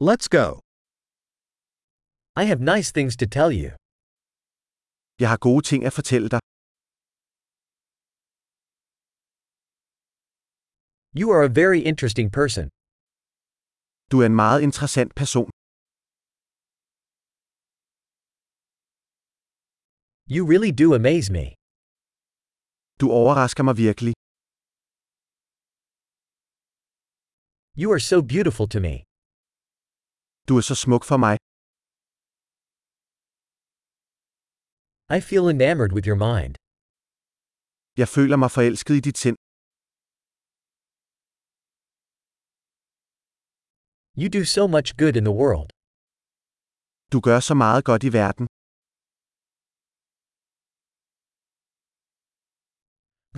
Let's go. I have nice things to tell you. Jeg har gode ting at fortælle dig. You are a very interesting person. Du er en meget interessant person. You really do amaze me. Du overrasker mig virkelig. You are so beautiful to me. Du er så smuk for mig. I feel enamored with your mind. Jeg føler mig forelsket i dit sind. You do so much good in the world. Du gør så meget godt i verden.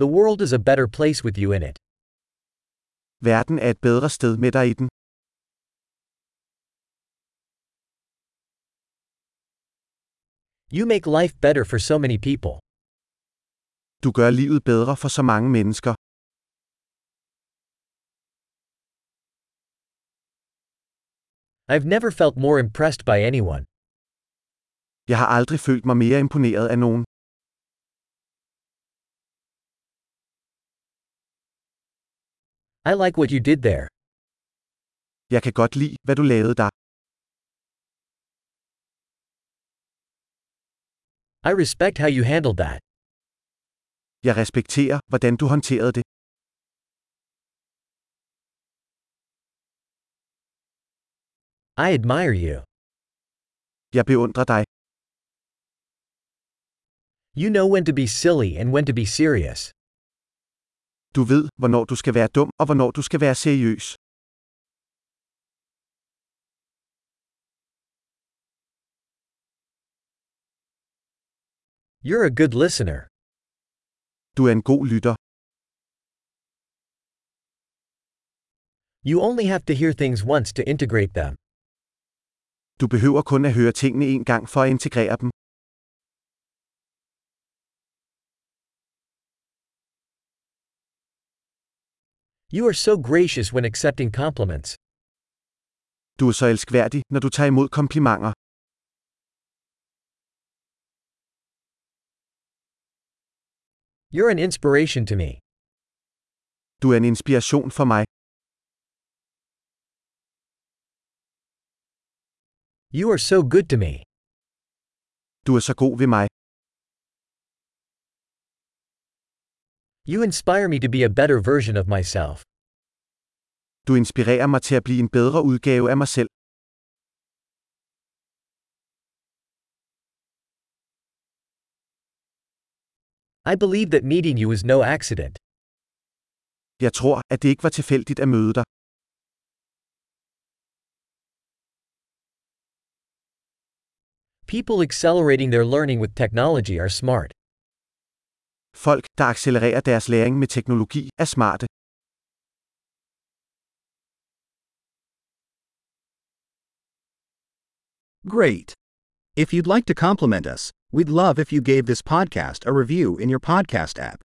The world is a better place with you in it. Verden er et bedre sted med dig i den. You make life better for so many people. Du gør livet bedre for så mange mennesker. I've never felt more impressed by anyone. Jeg har aldrig følt mig mere imponeret af nogen. I like what you did there. Jeg kan godt lide, hvad du lavede der. I respect how you handled that. Jeg respekterer, hvordan du håndterede det. I admire you. Jeg beundrer dig. You know when to be silly and when to be serious. Du ved, hvornår du skal være dum og hvornår du skal være seriøs. You're a good listener. Du er en god lytter. You only have to hear things once to integrate them. Du behøver kun at høre tingene en gang for at integrere dem. You are so gracious when accepting compliments. Du er så elskværdig, når du tager imod komplimenter. You're an inspiration to me. Du er en inspiration for mig. You are so good to me. Du er så god ved mig. You inspire me to be a better version of myself. Du inspirerer mig til at blive en bedre udgave af mig selv. I believe that meeting you is no accident. Jeg tror, at det ikke var tilfældigt at møde dig. People accelerating their learning with technology are smart. Folk, der accelererer deres læring med teknologi, er smarte. Great. If you'd like to compliment us, we'd love if you gave this podcast a review in your podcast app.